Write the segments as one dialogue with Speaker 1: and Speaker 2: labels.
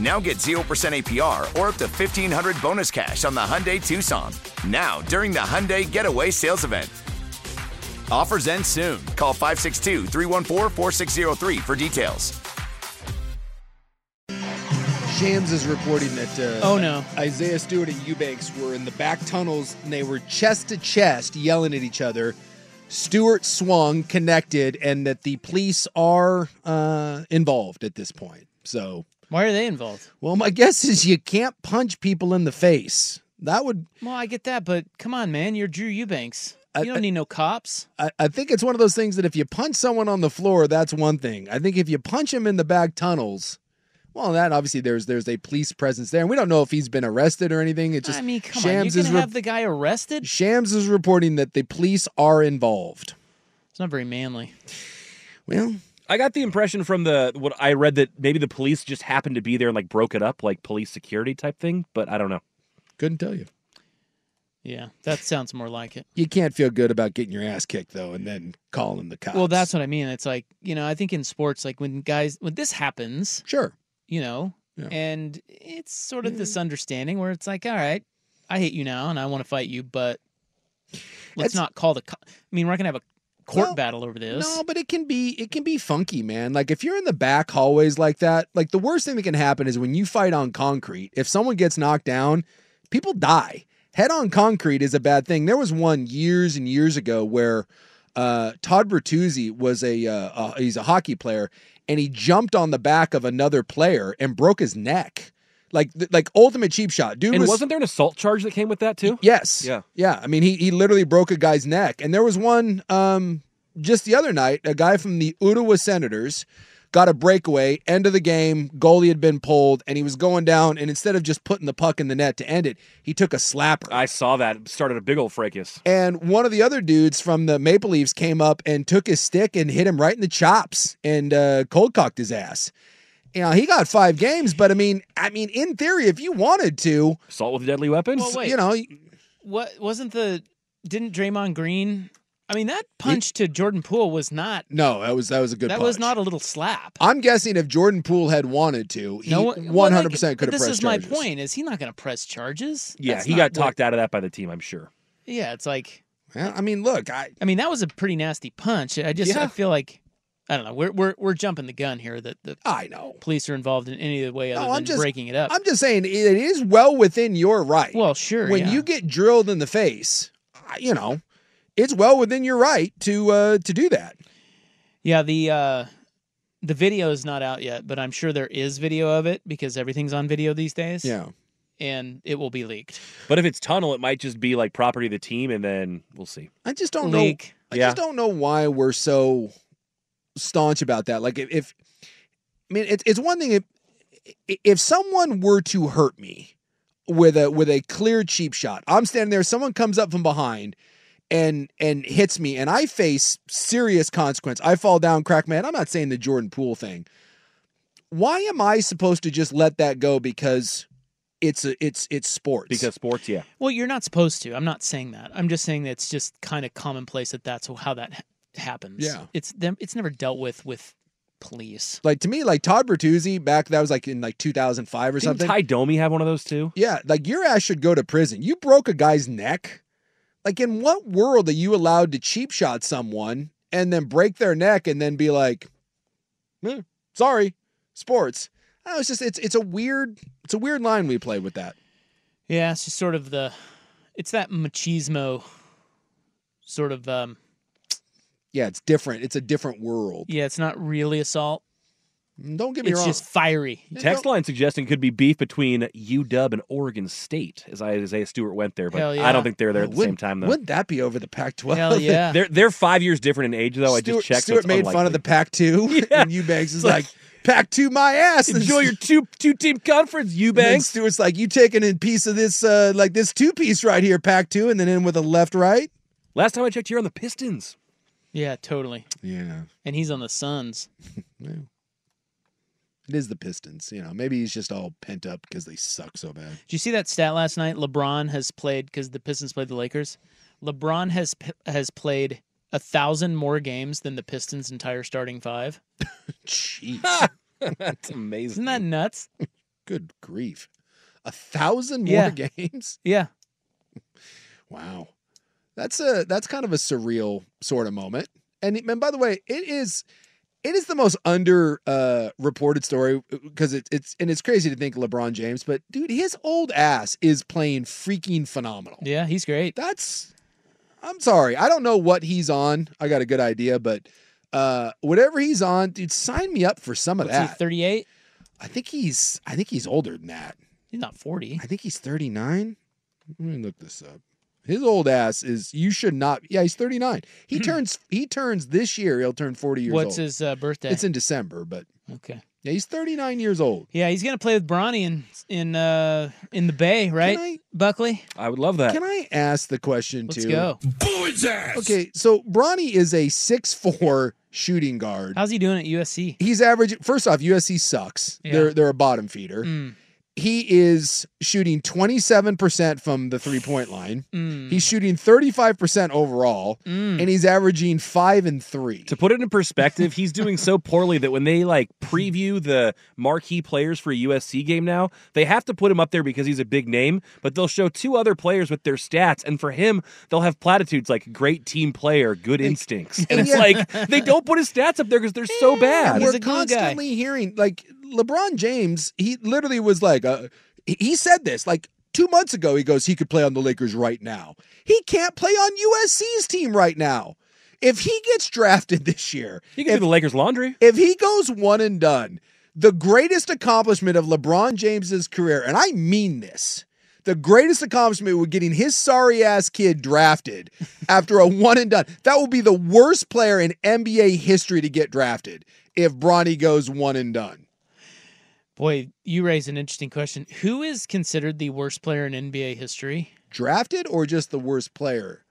Speaker 1: Now get 0% APR or up to 1500 bonus cash on the Hyundai Tucson. Now, during the Hyundai Getaway Sales Event. Offers end soon. Call 562 314 4603 for details.
Speaker 2: Shams is reporting that uh,
Speaker 3: Oh, no.
Speaker 2: Isaiah Stewart and Eubanks were in the back tunnels and they were chest to chest yelling at each other. Stewart swung, connected, and that the police are uh, involved at this point. So,
Speaker 3: Why are they involved?
Speaker 2: well, my guess is you can't punch people in the face. That would,
Speaker 3: Well, I get that, but come on, man, you're Drew Eubanks.
Speaker 2: I-
Speaker 3: You don't
Speaker 2: I-
Speaker 3: need no cops.
Speaker 2: I, I think it's one of those things that if you punch someone on the floor, that's one thing. I think if you punch him in the back tunnels, well, that obviously there's there's a police presence there, and we don't know if he's been arrested or anything. It just
Speaker 3: I mean, come
Speaker 2: Shams
Speaker 3: on, you
Speaker 2: is
Speaker 3: can
Speaker 2: re-
Speaker 3: have the guy arrested.
Speaker 2: Shams is reporting that the police are involved.
Speaker 3: It's not very manly.
Speaker 2: Well,
Speaker 4: I got the impression from the what I read that maybe the police just happened to be there and like broke it up like police security type thing, but I don't know.
Speaker 2: couldn't tell you.
Speaker 3: Yeah, that sounds more like it.
Speaker 2: You can't feel good about getting your ass kicked though, and then calling the cops.
Speaker 3: Well, that's what I mean. It's like you know, I think in sports, like when guys when this happens,
Speaker 2: sure.
Speaker 3: you know,
Speaker 2: Yeah.
Speaker 3: and it's sort of this understanding where it's like, all right, I hate you now and I want to fight you, but let's
Speaker 2: That's-
Speaker 3: not call the. Co- I mean, we're not gonna have a court
Speaker 2: Well,
Speaker 3: battle over this.
Speaker 2: No, but it can be it can be funky, man. Like if you're in the back hallways like that, like the worst thing that can happen is when you fight on concrete. If someone gets knocked down, people die. Head on concrete is a bad thing. There was one years and years ago where uh, Todd Bertuzzi was a, uh, a he's a hockey player and he jumped on the back of another player and broke his neck. Like th- like ultimate cheap shot. Dude
Speaker 4: and
Speaker 2: was
Speaker 4: wasn't there an assault charge that came with that too?
Speaker 2: Yes.
Speaker 4: Yeah.
Speaker 2: Yeah. I mean, he he literally broke a guy's neck, and there was one um just the other night. A guy from the Ottawa Senators got a breakaway. End of the game. Goalie had been pulled, and he was going down. And instead of just putting the puck in the net to end it, he took a slapper.
Speaker 4: I saw that. It started a big old fracas.
Speaker 2: and one of the other dudes from the Maple Leafs came up and took his stick and hit him right in the chops and uh, cold cocked his ass. You know, he got five games, but I mean, I mean, in theory, if you wanted to,
Speaker 4: Assault with a deadly weapon?
Speaker 3: Well, Oh, wait.
Speaker 2: you know,
Speaker 3: What wasn't the? Didn't Draymond Green? I mean, that punch to Jordan Poole was not.
Speaker 2: no, that was that was a good.
Speaker 3: that was
Speaker 2: punch.
Speaker 3: not a little slap.
Speaker 2: I'm guessing if Jordan Poole had wanted to, he
Speaker 3: No, well, like,
Speaker 2: 100 percent could
Speaker 3: but
Speaker 2: have pressed
Speaker 3: This is my
Speaker 2: charges.
Speaker 3: point: is he not going to press charges?
Speaker 4: yeah,
Speaker 3: That's
Speaker 4: he
Speaker 3: not
Speaker 4: got talked out of that by the team, I'm sure.
Speaker 3: what- Yeah, it's like
Speaker 2: Well, I mean, look, I
Speaker 3: I mean that was a pretty nasty punch. I just I
Speaker 2: Yeah.
Speaker 3: feel like I don't know. We're we're we're jumping the gun here that the
Speaker 2: I know.
Speaker 3: police are involved in any other way other
Speaker 2: No, I'm
Speaker 3: than
Speaker 2: just
Speaker 3: breaking it up.
Speaker 2: I'm just saying it is well within your right.
Speaker 3: well, sure.
Speaker 2: when
Speaker 3: yeah.
Speaker 2: you get drilled in the face, I- you know, it's well within your right to uh, to do that.
Speaker 3: yeah the uh, the video is not out yet, but I'm sure there is video of it because everything's on video these days.
Speaker 2: Yeah.
Speaker 3: and it will be leaked.
Speaker 4: But if it's tunnel, it might just be like property of the team and then we'll see.
Speaker 2: I just don't know.
Speaker 3: Leak.
Speaker 2: I
Speaker 4: Yeah.
Speaker 2: just don't know why we're so staunch about that. Like if, if I mean, it's it's one thing if if someone were to hurt me with a with a clear cheap shot, I'm standing there. Someone comes up from behind and and hits me, and I face serious consequence. I fall down, crack man. I'm not saying the Jordan Poole thing. Why am I supposed to just let that go because it's a, it's it's sports?
Speaker 4: Because sports, yeah.
Speaker 3: Well, you're not supposed to. I'm not saying that. I'm just saying that it's just kind of commonplace that that's how that ha- happens.
Speaker 2: Yeah.
Speaker 3: It's them. It's never dealt with with Please.
Speaker 2: Like to me, like Todd Bertuzzi back that was like in like 2005 or
Speaker 4: Didn't
Speaker 2: something.
Speaker 4: Ty Domi have one of those too?
Speaker 2: yeah, like your ass should go to prison. You broke a guy's neck. Like in what world are you allowed to cheap shot someone and then break their neck and then be like, "Eh, sorry, sports. I was just it's it's a weird it's a weird line we played with that.
Speaker 3: Yeah, it's just sort of the, it's that machismo, sort of. um
Speaker 2: Yeah, it's different. It's a different world.
Speaker 3: Yeah, it's not really assault.
Speaker 2: Don't get me
Speaker 3: It's
Speaker 2: wrong.
Speaker 3: just fiery.
Speaker 4: Text line suggesting it could be beef between UW and Oregon State, as Isaiah Stewart went there, but
Speaker 3: Hell yeah.
Speaker 4: I don't think they were there at the same
Speaker 2: Wouldn't-
Speaker 4: time though.
Speaker 2: Wouldn't that be over the Pac-12?
Speaker 3: Hell yeah.
Speaker 4: They're they're five years different in age though. I
Speaker 2: Stewart,
Speaker 4: just checked. so
Speaker 2: Stewart
Speaker 4: it's
Speaker 2: made fun of the
Speaker 4: unlikely.
Speaker 2: Pac-2, and Eubanks is like, Pac-2 my ass. And
Speaker 4: enjoy your two two team conference,
Speaker 2: And then
Speaker 4: Eubanks.
Speaker 2: Stewart's like, you taking a piece of this, uh, like this two piece right here, pack two, and then in with a left right.
Speaker 4: Last time I checked, you're on the Pistons.
Speaker 3: Yeah, totally.
Speaker 2: Yeah,
Speaker 3: And he's on the Suns.
Speaker 2: it is the Pistons. You know, maybe he's just all pent up because they suck so bad.
Speaker 3: Did you see that stat last night? LeBron has played because the Pistons played the Lakers. LeBron has p- has played a thousand more games than the Pistons' entire starting five.
Speaker 2: Jeez,
Speaker 4: That's amazing.
Speaker 3: Isn't that nuts?
Speaker 2: good grief, a thousand
Speaker 3: Yeah.
Speaker 2: more games.
Speaker 3: Yeah,
Speaker 2: Wow, that's a that's kind of a surreal sort of moment. And and by the way, it is. It is the most under uh, reported story because it's it's and it's crazy to think LeBron James, but dude, his old ass is playing freaking phenomenal.
Speaker 3: yeah, he's great.
Speaker 2: that's I'm sorry. I don't know what he's on. I got a good idea, but uh whatever he's on, dude, sign me up for some of
Speaker 3: What's he?
Speaker 2: that.
Speaker 3: Thirty eight.
Speaker 2: I think he's I think he's older than that.
Speaker 3: He's not forty.
Speaker 2: I think he's 39. Let me look this up. His old ass is you should not yeah, he's 39. He turns he turns this year, he'll turn 40 years
Speaker 3: Hmm.
Speaker 2: old.
Speaker 3: What's his uh, birthday?
Speaker 2: it's in December, but
Speaker 3: okay.
Speaker 2: yeah, he's 39 years old.
Speaker 3: Yeah, he's gonna play with Bronny in in uh, in the Bay, right?
Speaker 2: I-
Speaker 3: Buckley.
Speaker 4: I would love that.
Speaker 2: Can I ask the question
Speaker 3: Let's
Speaker 2: too?
Speaker 3: go.
Speaker 2: Okay, so Bronny is a 6'4 shooting guard.
Speaker 3: How's he doing at USC?
Speaker 2: he's averaging. First off, USC sucks.
Speaker 3: Yeah.
Speaker 2: They're they're a bottom feeder.
Speaker 3: Mm,
Speaker 2: He is shooting twenty seven percent from the three point line.
Speaker 3: mm,
Speaker 2: He's shooting thirty five percent overall,
Speaker 3: mm.
Speaker 2: and he's averaging five and three.
Speaker 4: To put it in perspective, he's doing so poorly that when they like preview the marquee players for a USC game now, they have to put him up there because he's a big name, but they'll show two other players with their stats, and for him, they'll have platitudes like great team player, good instincts. And it's
Speaker 2: Yeah.
Speaker 4: like they don't put his stats up there because they're so
Speaker 2: And
Speaker 4: bad.
Speaker 3: He's
Speaker 2: we're
Speaker 3: a glue guy.
Speaker 2: constantly hearing like LeBron James. He literally was like, uh, he- he said this like two months ago. He goes, he could play on the Lakers right now. He can't play on USC's team right now. If he gets drafted this year,
Speaker 4: You can do the Lakers laundry.
Speaker 2: If he goes one and done, the greatest accomplishment of LeBron James's career, and I mean this, the greatest accomplishment would getting his sorry ass kid drafted after a one and done. That will be the worst player in NBA history to get drafted if Bronny goes one and done.
Speaker 3: Boy, you raise an interesting question. Who is considered the worst player in NBA history?
Speaker 2: Drafted or just the worst player?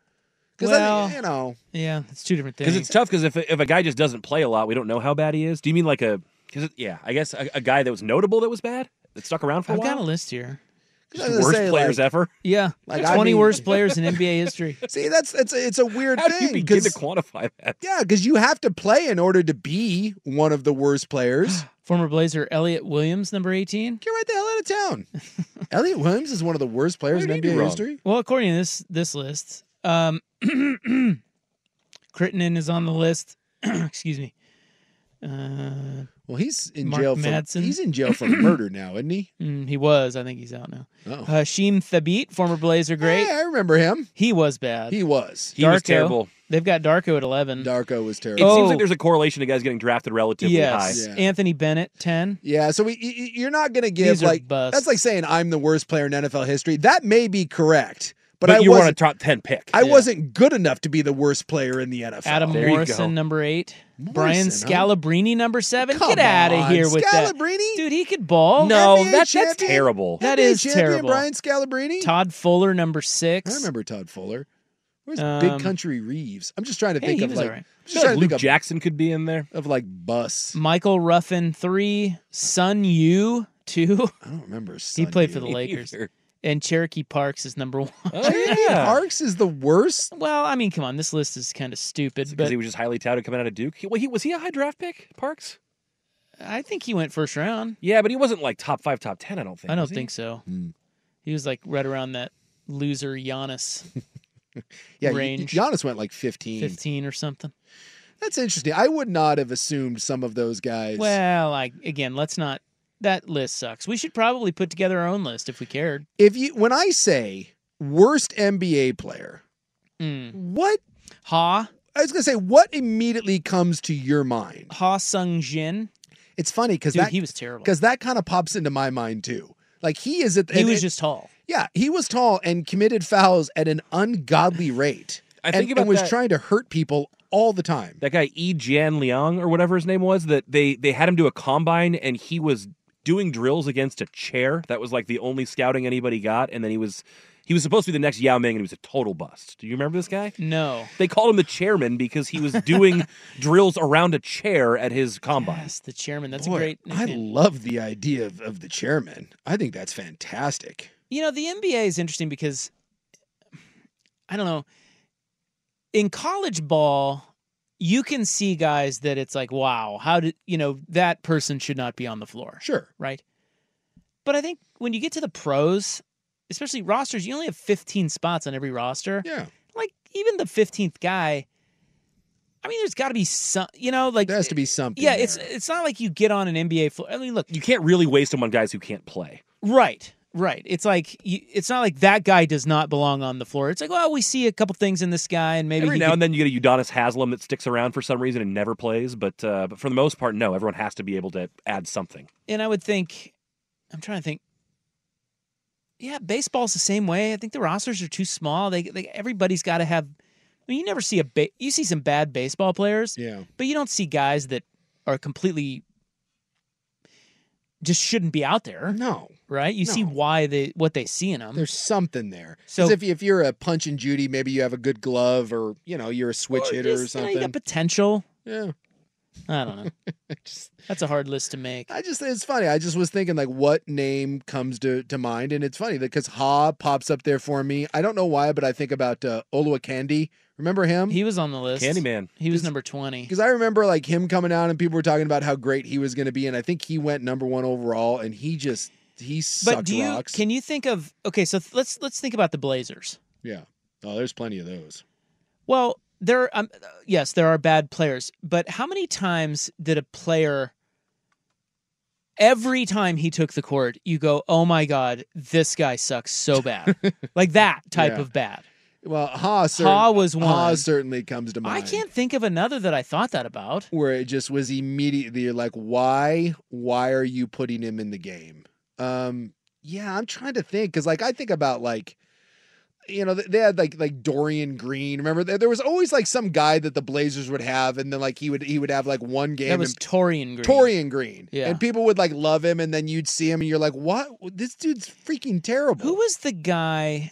Speaker 2: Because I
Speaker 3: Well-
Speaker 2: think, you know,
Speaker 3: Yeah, it's two different things.
Speaker 4: Because it's tough. Because if if a guy just doesn't play a lot, we don't know how bad he is. Do you mean like a? Because yeah, I guess a, a guy that was notable that was bad that stuck around for a
Speaker 3: I've
Speaker 4: while.
Speaker 3: got a list here.
Speaker 2: I
Speaker 4: Just
Speaker 2: was gonna
Speaker 4: worst
Speaker 2: say,
Speaker 4: players
Speaker 2: like-
Speaker 4: ever.
Speaker 3: Yeah,
Speaker 2: Like, I
Speaker 3: twenty
Speaker 2: mean-
Speaker 3: worst players in NBA history.
Speaker 2: see, that's it's a, it's a weird
Speaker 4: How do
Speaker 2: thing.
Speaker 4: you begin to
Speaker 2: 'cause-
Speaker 4: quantify that?
Speaker 2: yeah, because you have to play in order to be one of the worst players.
Speaker 3: Former Blazer Elliot Williams, number eighteen.
Speaker 2: Get right the hell out of town. Elliot Williams is one of the worst players
Speaker 4: Where did
Speaker 2: in
Speaker 4: he do
Speaker 2: NBA
Speaker 4: wrong?
Speaker 2: history.
Speaker 3: Well, according to this this list, um, Crittenden is on the list. Excuse me. Uh,
Speaker 2: Well, he's in
Speaker 3: Mark
Speaker 2: jail for
Speaker 3: Madsen.
Speaker 2: he's in jail for murder now, isn't he?
Speaker 3: mm, he was. I think he's out now. Uh,
Speaker 2: Oh,
Speaker 3: Hashim Thabit, former Blazer great.
Speaker 2: Hey, I remember him.
Speaker 3: He was bad.
Speaker 2: He was
Speaker 4: He was
Speaker 3: Darko.
Speaker 4: terrible.
Speaker 3: They've got Darko at eleven.
Speaker 2: Darko was
Speaker 4: It
Speaker 2: terrible.
Speaker 3: Oh.
Speaker 4: seems like there's a correlation to guys getting drafted relatively
Speaker 3: yes.
Speaker 4: high.
Speaker 2: Yeah.
Speaker 3: Anthony Bennett, ten.
Speaker 2: Yeah, so we, y- y- you're not going to give
Speaker 3: These are
Speaker 2: like
Speaker 3: busts.
Speaker 2: that's like saying I'm the worst player in NFL history. That may be correct, but, I
Speaker 4: you want a
Speaker 2: wasn't.
Speaker 4: top ten pick.
Speaker 2: I
Speaker 3: yeah.
Speaker 2: wasn't good enough to be the worst player in the NFL.
Speaker 3: Adam
Speaker 4: There you go.
Speaker 3: Morrison, number eight. Brian
Speaker 2: Morrison, huh?
Speaker 3: Scalabrine, number seven.
Speaker 2: Come
Speaker 3: Get out of
Speaker 2: on,
Speaker 3: here with
Speaker 2: Scalabrine?
Speaker 3: that, dude. He could ball.
Speaker 4: no,
Speaker 2: NBA
Speaker 4: that, that's
Speaker 2: champion?
Speaker 4: terrible.
Speaker 3: That
Speaker 2: NBA
Speaker 3: is
Speaker 2: champion
Speaker 3: terrible.
Speaker 2: Brian Scalabrine.
Speaker 3: Todd Fuller, number six.
Speaker 2: I remember Todd Fuller. Where's
Speaker 3: Um,
Speaker 2: Big Country Reeves? I'm just trying to
Speaker 3: hey,
Speaker 2: think
Speaker 3: he
Speaker 2: of
Speaker 3: was
Speaker 2: like
Speaker 3: alright.
Speaker 2: I'm
Speaker 4: I
Speaker 2: just
Speaker 4: feel
Speaker 2: trying
Speaker 4: like
Speaker 2: to
Speaker 4: Luke
Speaker 2: think of
Speaker 4: Jackson could be in there.
Speaker 2: of like bus.
Speaker 3: Michael Ruffin, three. Sun Yu, two.
Speaker 2: I don't remember. Son
Speaker 3: he played for the
Speaker 2: Yu.
Speaker 3: Lakers.
Speaker 4: Either.
Speaker 3: And Cherokee Parks is number one.
Speaker 4: Oh, yeah.
Speaker 2: Parks is the worst.
Speaker 3: well, I mean, come on. This list is kind of stupid,
Speaker 4: Because
Speaker 3: but
Speaker 4: he was just highly touted coming out of Duke. He, well, he was he a high draft pick? Parks?
Speaker 3: I think he went first round.
Speaker 4: Yeah, but he wasn't like top five, top ten. I don't think.
Speaker 3: I
Speaker 4: was
Speaker 3: don't
Speaker 4: he?
Speaker 3: think so. He was like right around that loser Giannis
Speaker 2: Yeah, y-
Speaker 3: Range.
Speaker 2: Giannis went like 15.
Speaker 3: 15 or something.
Speaker 2: That's interesting. I would not have assumed some of those guys.
Speaker 3: Well, I, again, let's not. That list sucks. We should probably put together our own list if we cared.
Speaker 2: if you when I say worst NBA player,
Speaker 3: Mm.
Speaker 2: what
Speaker 3: Ha
Speaker 2: I was gonna say, what immediately comes to your mind?
Speaker 3: Ha Sung Jin.
Speaker 2: It's funny because
Speaker 3: Dude,
Speaker 2: that
Speaker 3: he was terrible.
Speaker 2: because that kind of pops into my mind too. Like he is at
Speaker 3: He
Speaker 2: and-
Speaker 3: was
Speaker 2: and-
Speaker 3: just tall.
Speaker 2: yeah he was tall and committed fouls at an ungodly rate.
Speaker 4: I think
Speaker 2: and,
Speaker 4: about
Speaker 2: and was
Speaker 4: that-
Speaker 2: trying to hurt people all the time.
Speaker 4: that guy E Jian Liang or whatever his name was that they they had him do a combine and he was doing drills against a chair that was like the only scouting anybody got and then he was he was supposed to be the next Yao Ming and he was a total bust. Do you remember this guy?
Speaker 3: No.
Speaker 4: They called him the chairman because he was doing drills around a chair at his combine.
Speaker 3: Yes, the chairman. That's
Speaker 2: Boy,
Speaker 3: a great.
Speaker 2: I
Speaker 3: nickname.
Speaker 2: love the idea of, of the chairman. I think that's fantastic.
Speaker 3: You know, the NBA is interesting because I don't know. In college ball, you can see guys that it's like, wow, how did you know that person should not be on the floor,
Speaker 2: Sure.
Speaker 3: right? But I think when you get to the pros, especially rosters, you only have 15 spots on every roster.
Speaker 2: Yeah.
Speaker 3: Like even the 15th guy, I mean, there's got to be some, you know, like
Speaker 2: There has to be something.
Speaker 3: Yeah,
Speaker 2: there.
Speaker 3: it's uh, it's not like you get on an NBA floor. I mean, look,
Speaker 4: You can't really waste him on guys who can't play.
Speaker 3: Right, right. It's like you, it's not like that guy does not belong on the floor. It's like, well, we see a couple things in this guy, and maybe
Speaker 4: Every
Speaker 3: he
Speaker 4: now
Speaker 3: could-
Speaker 4: and then you get a Udonis Haslam that sticks around for some reason and never plays, but uh, but for the most part, no. Everyone has to be able to add something.
Speaker 3: and I would think, I'm trying to think. Yeah, baseball's the same way. I think the rosters are too small. They, they everybody's got to have. I mean, you never see a ba- you see some bad baseball players,
Speaker 2: yeah.
Speaker 3: but you don't see guys that are completely just shouldn't be out there,
Speaker 2: No,
Speaker 3: right? You see
Speaker 2: No.
Speaker 3: why they what they see in them.
Speaker 2: there's something there.
Speaker 3: So-
Speaker 2: So if if you're a punch and Judy, maybe you have a good glove, or you know you're a switch hitter or
Speaker 3: Just, uh, you know, you
Speaker 2: something.
Speaker 3: got potential.
Speaker 2: yeah,
Speaker 3: I don't know.
Speaker 2: just,
Speaker 3: That's a hard list to make.
Speaker 2: I just it's funny. I just was thinking like what name comes to, to mind, and it's funny because Ha pops up there for me. I don't know why, but I think about uh, Olua Candy. Remember him?
Speaker 3: He was on the list.
Speaker 4: Candyman.
Speaker 3: He was number 20.
Speaker 2: because I remember like him coming out and people were talking about how great he was going to be, and I think he went number one overall, and he just he sucked
Speaker 3: But do you
Speaker 2: rocks.
Speaker 3: can you think of Okay, so th- let's let's think about the Blazers.
Speaker 2: yeah. Oh, there's plenty of those.
Speaker 3: Well, there um, yes, there are bad players, but how many times did a player every time he took the court, you go, "Oh my god, this guy sucks so bad." like that type
Speaker 2: Yeah.
Speaker 3: of bad.
Speaker 2: Well, Ha, cer-
Speaker 3: Ha was
Speaker 2: Ha
Speaker 3: one.
Speaker 2: certainly comes to mind.
Speaker 3: I can't think of another that I thought that about.
Speaker 2: where it just was immediately you're like why why are you putting him in the game um yeah i'm trying to think because like i think about like you know th- they had like like dorian green remember there there was always like some guy that the blazers would have and then like he would he would have like one game
Speaker 3: That was
Speaker 2: and-
Speaker 3: Torian Green.
Speaker 2: Torian Green,
Speaker 3: Yeah.
Speaker 2: and people would like love him, and then you'd see him, and you're like, "What? This dude's freaking terrible."
Speaker 3: Who was the guy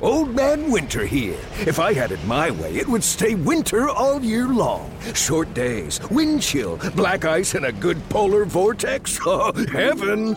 Speaker 5: Old Man Winter here. If I had it my way, it would stay winter all year long. Short days, wind chill, black ice, and a good polar vortex. Oh, heaven!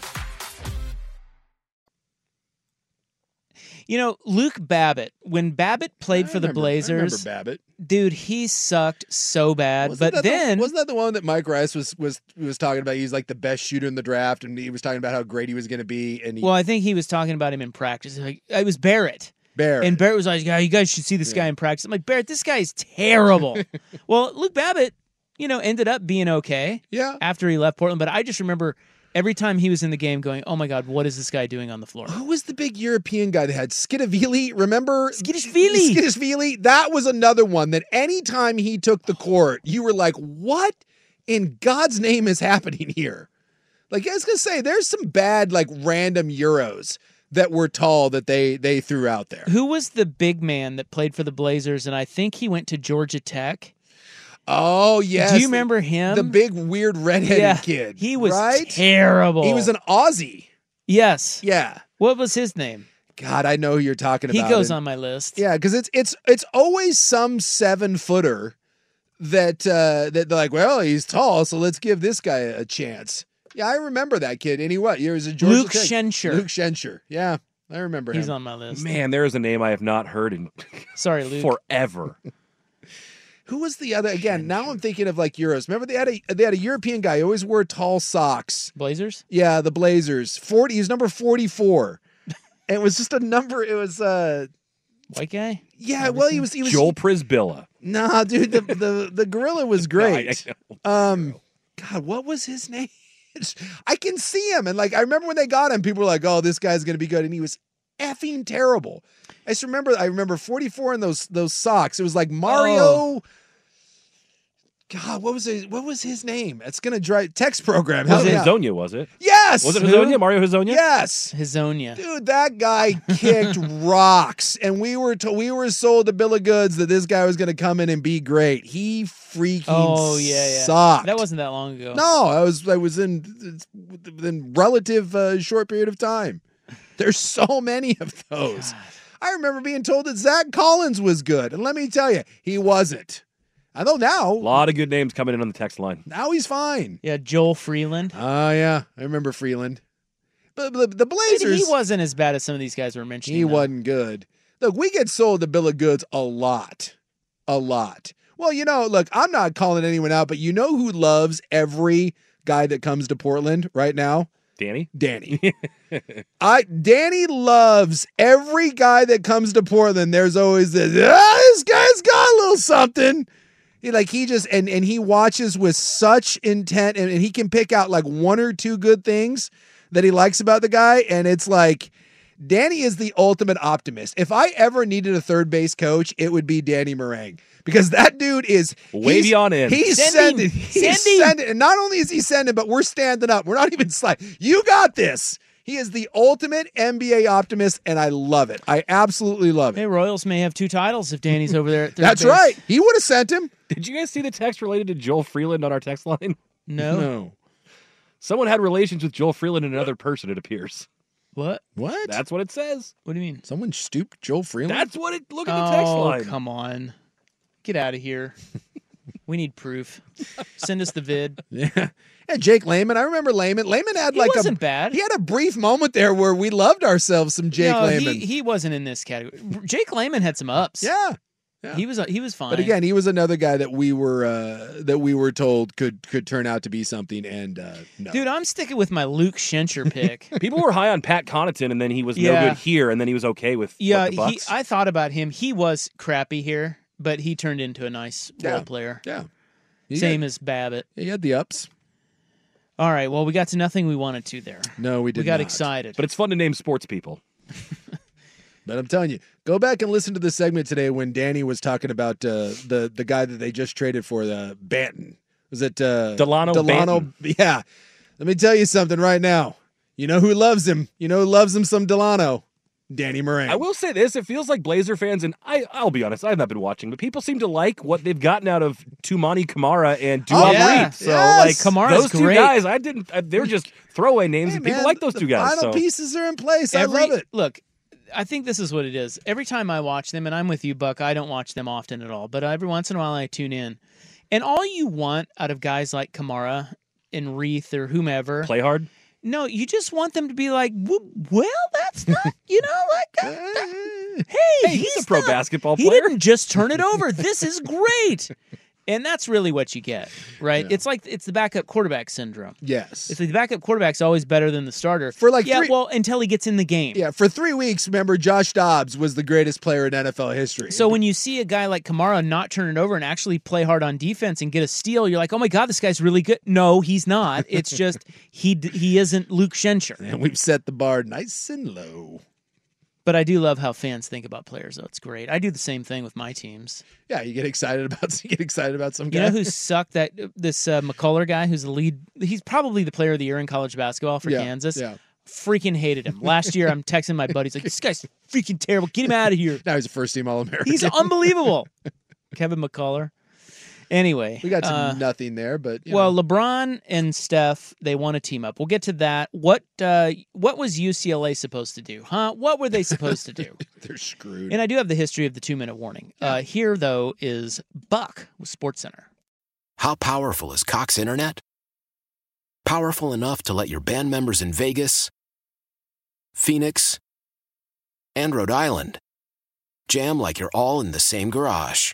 Speaker 3: You know, Luke Babbitt, when Babbitt played
Speaker 2: I
Speaker 3: for the
Speaker 2: remember- I
Speaker 3: Blazers,
Speaker 2: remember Babbitt.
Speaker 3: dude, he sucked so bad.
Speaker 2: Wasn't
Speaker 3: but
Speaker 2: that the-
Speaker 3: then
Speaker 2: wasn't that the one that Mike Rice was was was talking about? He's like the best shooter in the draft, and he was talking about how great he was going to be. And he
Speaker 3: Well, I think he was talking about him in practice. Like it was Barrett.
Speaker 2: Barrett.
Speaker 3: And Barrett was like, "Yeah, you guys should see this guy in practice." I'm like, "Barrett, this guy is terrible." well, Luke Babbitt, you know, ended up being okay
Speaker 2: yeah,
Speaker 3: after he left Portland, but I just remember every time he was in the game going, "Oh my god, what is this guy doing on the floor?"
Speaker 2: who was the big European guy that had Skidavili? Remember
Speaker 3: Skidishvili.
Speaker 2: Skidishvili. That was another one that anytime he took the court, you were like, "What in God's name is happening here?" Like I was gonna say, there's some bad like random Euros that were tall that they they threw out there.
Speaker 3: Who was the big man that played for the Blazers and I think he went to Georgia Tech?
Speaker 2: Oh yes,
Speaker 3: Do you remember him?
Speaker 2: the big weird redheaded
Speaker 3: yeah,
Speaker 2: kid?
Speaker 3: He was
Speaker 2: right.
Speaker 3: terrible.
Speaker 2: He was an Aussie.
Speaker 3: Yes.
Speaker 2: Yeah.
Speaker 3: What was his name?
Speaker 2: God, I know who you're talking
Speaker 3: He
Speaker 2: about.
Speaker 3: goes
Speaker 2: And-
Speaker 3: on my list.
Speaker 2: Yeah, because it's it's it's always some seven footer that uh that they're like, well, he's tall, so let's give this guy a chance. Yeah, I remember that kid. And he what? He was a Georgia
Speaker 3: Luke
Speaker 2: Tech-
Speaker 3: Shencher.
Speaker 2: Luke Shencher. Yeah, I remember
Speaker 3: He's
Speaker 2: him.
Speaker 3: on my list.
Speaker 4: Man, there is a name I have not heard in
Speaker 3: Sorry, Luke.
Speaker 4: forever.
Speaker 2: Who was the other? Again, now I'm thinking of like Euros. Remember they had a they had a European guy who always wore tall socks.
Speaker 3: Blazers?
Speaker 2: Yeah, the Blazers. 40, he was number 44. And it was just a number. It was uh
Speaker 3: White guy?
Speaker 2: yeah, well he was he was
Speaker 4: Joel Prisbilla.
Speaker 2: Nah, dude, the the, the gorilla was great.
Speaker 4: I
Speaker 2: um God, what was his name? I can see him and like I remember when they got him, people were like, "Oh, this guy's going to be good." And he was effing terrible. I just remember I remember 44 in those those socks. It was like Mario
Speaker 3: Oh.
Speaker 2: God, what was his, what was his name? It's going to drive text program.
Speaker 4: Was
Speaker 2: help
Speaker 4: it
Speaker 2: me out.
Speaker 4: Hazonia, was it?
Speaker 2: Yes.
Speaker 4: Was it Hazonia? Mario Hazonia?
Speaker 2: Yes.
Speaker 3: Hisonia.
Speaker 2: Dude, that guy kicked rocks, and we were to, we were sold the bill of goods that this guy was going to come in and be great. He freaking
Speaker 3: Oh, yeah, yeah.
Speaker 2: sucked.
Speaker 3: That wasn't that long ago.
Speaker 2: no, I was I was in in relative uh, short period of time. There's so many of those. I remember being told that Zach Collins was good, and let me tell you, he wasn't. Although now,
Speaker 4: A lot of good names coming in on the text line.
Speaker 2: now he's fine.
Speaker 3: Yeah, Joel Freeland.
Speaker 2: Oh yeah, I remember Freeland, but, but the Blazers.
Speaker 3: Maybe he wasn't as bad as some of these guys were mentioning.
Speaker 2: He
Speaker 3: though.
Speaker 2: wasn't good. Look, we get sold the bill of goods a lot. A lot. Well, you know, look, I'm not calling anyone out, but you know who loves every guy that comes to Portland right now?
Speaker 4: Danny?
Speaker 2: Danny. I Danny loves every guy that comes to Portland. There's always this, ah, this guy's got a little something. He, like he just and and he watches with such intent and, and he can pick out like one or two good things that he likes about the guy. And it's like Danny is the ultimate optimist. If I ever needed a third base coach, it would be Danny Meringue. Because that dude is
Speaker 4: Wave
Speaker 2: he's-
Speaker 4: you on in.
Speaker 2: He's
Speaker 3: Send
Speaker 2: sending.
Speaker 3: him.
Speaker 2: He's
Speaker 3: Send him.
Speaker 2: sending. And not only is he sending, but we're standing up. We're not even sliding. You got this. He is the ultimate NBA optimist, and I love it. I absolutely love
Speaker 3: Hey,
Speaker 2: it.
Speaker 3: Royals may have two titles if Danny's over there. At third
Speaker 2: That's
Speaker 3: base.
Speaker 2: right. He would have sent him.
Speaker 4: Did you guys see the text related to Joel Freeland on our text line?
Speaker 3: No.
Speaker 4: Someone had relations with Joel Freeland and another person, it appears.
Speaker 3: What?
Speaker 2: What?
Speaker 4: That's what it says.
Speaker 3: What do you mean?
Speaker 2: Someone stooped Joel Freeland.
Speaker 4: That's what it look at the text
Speaker 3: Oh,
Speaker 4: line.
Speaker 3: come on. Get out of here. we need proof. Send us the vid.
Speaker 2: yeah. And Jake Lehman. I remember Lehman. Lehman had
Speaker 3: He
Speaker 2: like
Speaker 3: wasn't
Speaker 2: a
Speaker 3: bad.
Speaker 2: He had a brief moment there where we loved ourselves some Jake
Speaker 3: no,
Speaker 2: Lehman.
Speaker 3: He, he wasn't in this category. Jake Lehman had some ups.
Speaker 2: yeah.
Speaker 3: He was he was fine.
Speaker 2: But again, he was another guy that we were uh, that we were told could could turn out to be something, and uh, no.
Speaker 3: dude, I'm sticking with my Luke Shencher pick.
Speaker 4: People were high on Pat Connaughton, and then he was no
Speaker 3: Yeah.
Speaker 4: good here, and then he was okay with what,
Speaker 3: yeah,
Speaker 4: the
Speaker 3: he,
Speaker 4: Bucks?
Speaker 3: I thought about him. He was crappy here, but he turned into a nice
Speaker 2: Yeah.
Speaker 3: role player.
Speaker 2: yeah, He
Speaker 3: Same
Speaker 2: had-
Speaker 3: as Babbitt.
Speaker 2: he had the ups.
Speaker 3: All right. Well, we got to nothing we wanted to there.
Speaker 2: No, we did.
Speaker 3: we got
Speaker 2: not.
Speaker 3: excited.
Speaker 4: but it's fun to name sports people.
Speaker 2: But I'm telling you, go back and listen to the segment today when Danny was talking about uh, the the guy that they just traded for the Banton. Was it uh,
Speaker 4: Delano
Speaker 2: Yeah. Let me tell you something right now. You know who loves him. You know who loves him. Some Delano, Danny Moran.
Speaker 4: I will say this: it feels like Blazer fans, and I, I'll be honest, I've not been watching, but people seem to like what they've gotten out of Tumani Kamara and Duam
Speaker 2: Oh, yeah.
Speaker 4: Reed. So,
Speaker 2: Yes.
Speaker 4: like,
Speaker 3: Kamara's
Speaker 4: those two
Speaker 3: great.
Speaker 4: guys, I didn't. I, they were just throwaway names,
Speaker 2: Hey,
Speaker 4: and people
Speaker 2: man,
Speaker 4: like those
Speaker 2: the
Speaker 4: two guys. so.
Speaker 2: Final pieces are in place. I
Speaker 3: Every-
Speaker 2: love it.
Speaker 3: Look, I think this is what it is. Every time I watch them, and I'm with you, Buck, I don't watch them often at all, but every once in a while I tune in. And all you want out of guys like Kamara and Reith or whomever,
Speaker 4: Play hard.
Speaker 3: no, you just want them to be like, "W- well, that's not, you know, like, uh, uh, hey,
Speaker 4: Hey, he's a pro
Speaker 3: not-
Speaker 4: basketball
Speaker 3: He
Speaker 4: player."
Speaker 3: didn't just turn it over. this is great. And that's really what you get, right? It's like it's the backup quarterback syndrome.
Speaker 2: Yes.
Speaker 3: It's like the backup quarterback's always better than the starter
Speaker 2: For like
Speaker 3: yeah,
Speaker 2: three-
Speaker 3: well, until he gets in the game.
Speaker 2: Yeah. For three weeks, remember Josh Dobbs was the greatest player in NFL history.
Speaker 3: So when you see a guy like Kamara not turn it over and actually play hard on defense and get a steal, you're like, "Oh my god, this guy's really good." No, he's not. It's just he d- he isn't Luke Shencher.
Speaker 2: and we've set the bar nice and low.
Speaker 3: But I do love how fans think about players though. It's great. I do the same thing with my teams.
Speaker 2: Yeah, you get excited about you get excited about some
Speaker 3: You
Speaker 2: guy.
Speaker 3: know who sucked that this uh, McCullough guy who's the lead he's probably the player of the year in college basketball for
Speaker 2: Yeah,
Speaker 3: Kansas.
Speaker 2: yeah.
Speaker 3: Freaking hated him. Last year I'm texting my buddies like, "This guy's freaking terrible. Get him out of here."
Speaker 2: now he's a first team All American.
Speaker 3: He's um, unbelievable. Kevin McCullough. Anyway,
Speaker 2: We got to
Speaker 3: uh,
Speaker 2: nothing there, but you
Speaker 3: Well,
Speaker 2: know,
Speaker 3: LeBron and Steph, they want to team up. We'll get to that. What uh, what was UCLA supposed to do? Huh? What were they supposed to do?
Speaker 2: they're screwed.
Speaker 3: and I do have the history of the two minute warning. Uh, here though is Buck with SportsCenter.
Speaker 6: How powerful is Cox Internet? Powerful enough to let your band members in Vegas, Phoenix, and Rhode Island jam like you're all in the same garage.